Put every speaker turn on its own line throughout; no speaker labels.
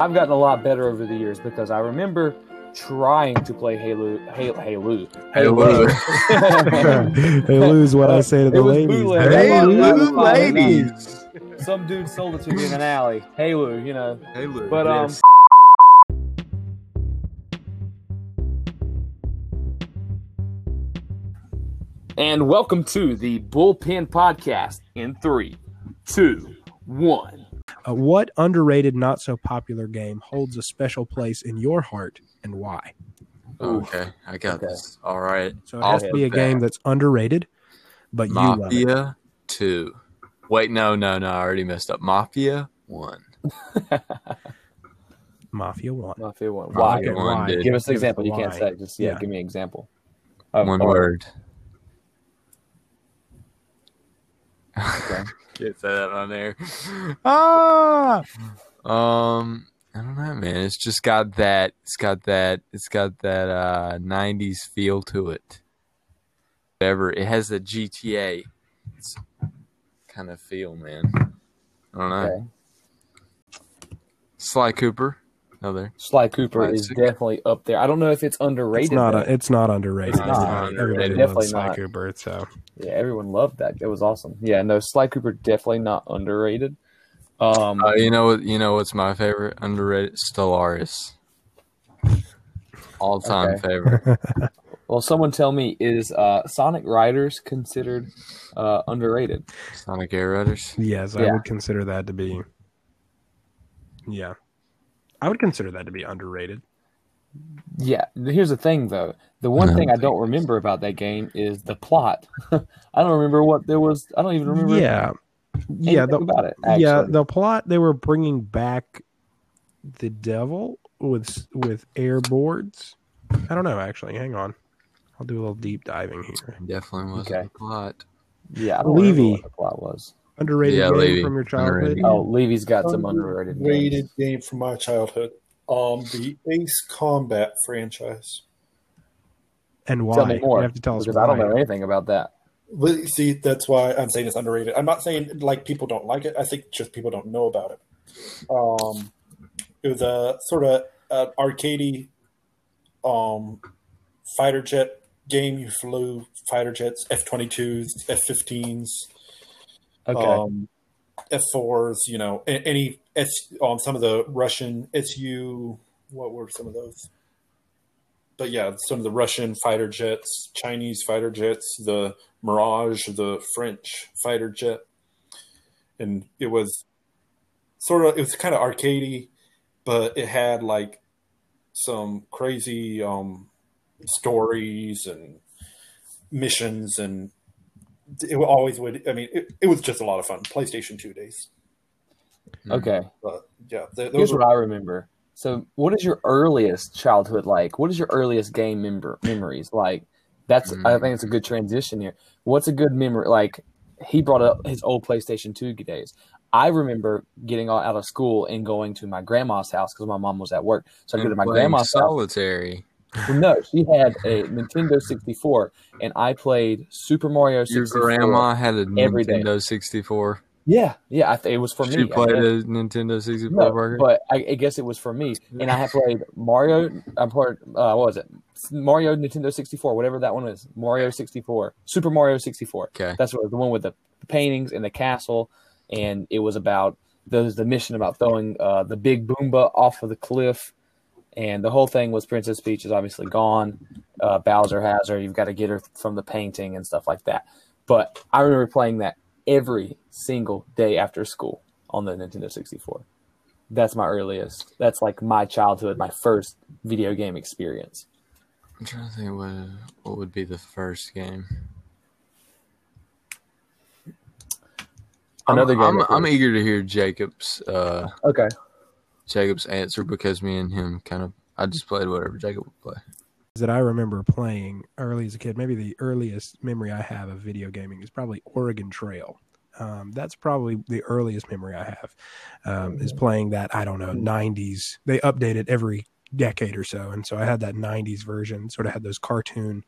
I've gotten a lot better over the years because I remember trying to play Halo. Halo. Halo.
Halo.
hey, lose what I say to the
It was
ladies.
bootleg.
Hey,
Hey,
Halo.
Lou,
Halo.
ladies.
Some dude sold it to me in an alley. Halo, you know.
Halo.
But um,
yes.
and welcome to the Bullpen Podcast in three, two, one.
uh, what underrated, not so popular game holds a special place in your heart and why?
okay, I got
Okay.
this. All right,
So it has
Off
to be
the
a game
bat.
that's underrated, but you love it.
Mafia Two. Wait, no, no, no. I already messed up. Mafia One.
Mafia One.
My favorite one.
Why?
Why?
Okay,
Mafia One, dude.
Give us an
Give
example.
the
You can't
why.
say. Just yeah,
Yeah.
Give me an example.
One
Oh,
Of- or-
word.
Okay.
Can't say that on there. Ah. Um. I don't know, man. It's just got that. It's got that. It's got that uh, '90s feel to it. Whatever. It has a GTA it's kind of feel, man. I don't know.
Okay.
Sly Cooper. Another.
Sly Cooper is
Classic.
definitely up there. I don't know if it's underrated.
It's not.
though.
A, it's not underrated.
It's not
Everybody-
underrated.
Everybody
Definitely
loves Sly
not.
Cooper. So
Yeah, everyone loved that. It was awesome. Yeah, no, Sly Cooper definitely not underrated. Um,
Uh, you know what? You know what's my favorite underrated? Stellaris. All time
Okay.
favorite.
well, someone tell me is uh, Sonic Riders considered uh, underrated?
Sonic Air Riders.
yes, I
Yeah.
would consider that to be. Yeah, I would consider that to be underrated.
Yeah, here's the thing though. The one
No.
thing I don't remember about that game is the plot. I don't remember what there was. I don't even remember.
Yeah, yeah.
anything
The,
about it. Actually.
Yeah, the plot they were bringing back the devil with with airboards. I don't know actually. Hang on, I'll do a little deep diving here.
Definitely wasn't
Okay.
a plot.
yeah. I don't remember
Levy.
what the plot was.
Underrated
Yeah,
game
Levy.
from your childhood.
Underrated.
Oh, Levy's got some underrated. games.
Underrated game from my childhood. Um, the Ace Combat franchise.
And why?
Tell me more.
You have to tell us
because I don't
why.
know anything about that.
But, See, that's why I'm saying it's underrated. I'm not saying like people don't like it. I think just people don't know about it. Um, it was a sort of an arcadey um, fighter jet game. You flew fighter jets, F-22s, F-15s.
Okay.
um, F4s, you know, a- any S um, some of the Russian SU. What were some of those? But yeah, some of the Russian fighter jets, Chinese fighter jets, the Mirage, the French fighter jet, and it was sort of it was kind of arcadey, but it had like some crazy um, stories and missions and it would- always would. I mean, it, it was just a lot of fun. PlayStation Two days.
okay.
But yeah,
Here's
th- those
what
were
I remember. So, what is your earliest childhood like? What is your earliest game member memories like? That's
Hmm.
I think it's a good transition here. What's a good memory? Like he brought up his old PlayStation Two days. I remember getting all out of school and going to my grandma's house because my mom was at work. So I go to
And
my
playing
grandma's house.
solitary.
Well, no, she had a Nintendo 64, and I played Super Mario
Your
64.
grandma had a
every day.
Nintendo 64.
Yeah, yeah. I th- it was for
she
me. I
played
guess.
a Nintendo 64
No,
Parker?
but I, I guess it was for me. And I had played Mario. I played uh, what was it? Mario Nintendo sixty four, whatever that one is. Mario sixty four, Super Mario sixty four.
Okay.
That's what it was, the one with the paintings and the castle, and it was about there was the mission about throwing uh, the big Boomba off of the cliff, and the whole thing was Princess Peach is obviously gone. Uh, Bowser has her. You've got to get her from the painting and stuff like that. But I remember playing that every single day after school on the Nintendo sixty four that's my earliest. That's like my childhood, my first video game experience.
I'm trying to think what, what would be the first game.
Another
I'm,
game.
I'm, I'm eager to hear Jacob's uh,
okay.
Jacob's answer because me and him kind of I just played whatever Jacob would play.
that I remember playing early as a kid. Maybe the earliest memory I have of video gaming is probably Oregon Trail. Um, that's probably the earliest memory I have um,
Mm-hmm.
is playing that. I don't know, 90s. They update it every decade or so. And so I had that 90s version, sort of had those cartoon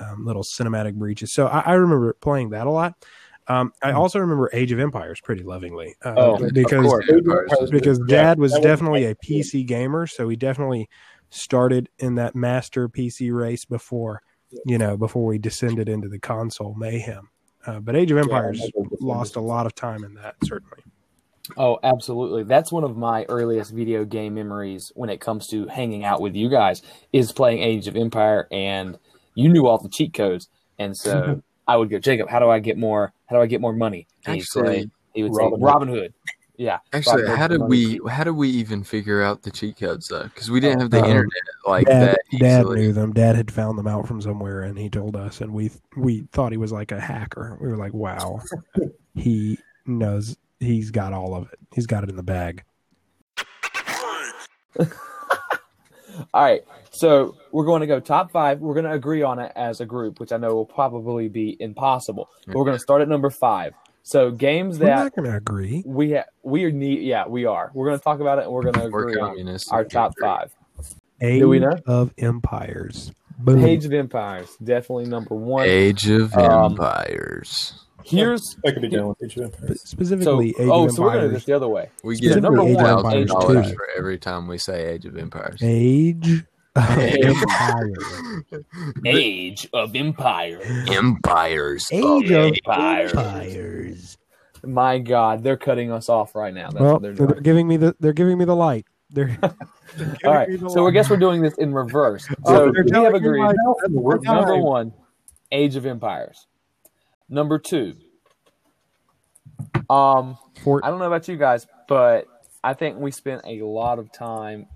um, little cinematic breaches. So I, I remember playing that a lot. Um, I also remember Age of Empires pretty lovingly uh,
Hmm. Oh, of
because
course.
because
Yeah,
Dad was
that was
definitely
my-
a PC gamer, so he definitely started in that master PC race before you know before we descended into the console mayhem. Uh, but Age of Empires lost a lot of time in that certainly.
Oh, absolutely. That's one of my earliest video game memories when it comes to hanging out with you guys is playing Age of Empire and you knew all the cheat codes. And so I would go, Jacob, how do I get more how do I get more money? And he'd say-
Actually,
he would
Robin
say
Hood.
Robin Hood. Yeah.
Actually,
Robin Hood
how
for
did
money.
we how did we even figure out the cheat codes though? Because we didn't have the
Um,
internet like
Dad,
that
Dad
easily.
knew them. Dad had found them out from somewhere, and he told us, and we we thought he was like a hacker. We were like, wow, he knows. He's got all of it. He's got it in the bag.
All right. So we're going to go top five. We're going to agree on it as a group, which I know will probably be impossible. But we're going to start at number five. So games
We're
that
not going to agree.
we ha- we are need. Yeah, we are. We're going to talk about it and we're going to
We're
agree on
communists.
our top five.
Age
we know?
of Empires. Boom.
Age of Empires, definitely number one.
Age of
Um,
Empires.
Here's
I could be down with Age of Empires.
so.
specifically Age
Oh,
of
so we're gonna do
Empires.
this the other way.
We
get
get
specifically
Age of
thousand
Empires
dollars
two.
for every time we say Age of Empires.
Age of Empires.
Age of Empires.
Empires.
Age of
Oh, Empires.
Empires.
My God, they're cutting us off right now. That's
Well,
what they're
they're,
doing.
giving me the they're giving me the light. They're, they're
All
giving
right,
me the
so I
light.
guess we're doing this in reverse.
Oh,
So
they're
we
telling
have
me
agreed.
my-
We're
All
Number
right.
one, Age of Empires. Number two, um,
Fort-
I don't know about you guys, but I think we spent a lot of time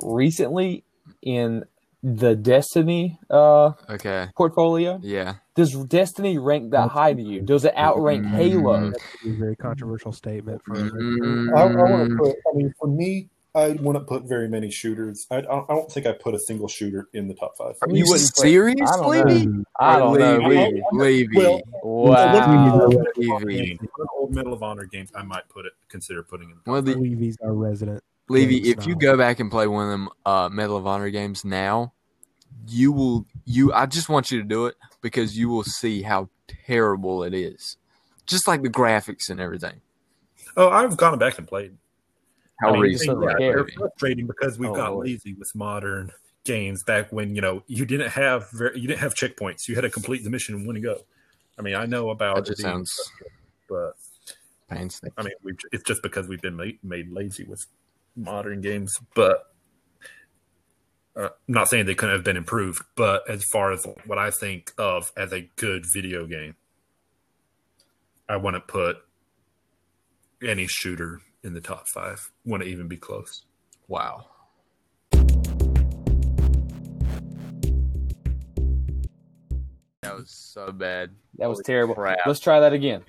recently in the Destiny uh,
Okay.
portfolio.
Yeah.
Does Destiny rank that high to you? Does it outrank Halo?
That's a very controversial statement for
Mm-hmm.
I, I want
Mm.
to put. I mean, for me, I wouldn't put very many shooters. I, I don't I don't think I put a single shooter in the top five.
Are
You
you
wouldn't put-
seriously?
I don't I don't know.
Levy.
Levy.
Levy. Levy.
Well,
Wow.
One of the Medal of Honor
Levy.
games- one of the Medal of Honor games, I might put it, consider putting in.
One of the
Levy's our resident.
Levy,
Games
if you
now.
go back and play one of them uh, Medal of Honor games now, you will you. I just want you to do it because you will see how terrible it is, just like the graphics and everything.
Oh, I've gone back and played.
How
I mean,
recent
they-
that
They're
movie.
frustrating because we
Oh,
got
Lord.
lazy with modern games back when you know you didn't have very, you didn't have checkpoints. You had to complete the mission and win and go. I mean, I know about
That just
being-
sounds
but
painstaking.
I mean, we it's just because we've been made, made lazy with modern games. But uh, I'm not saying they couldn't have been improved. But as far as what I think of as a good video game, I want to put any shooter in the top five. Wouldn't even be close.
Wow. That was so bad.
That was terrible.
Crap.
Let's try that again.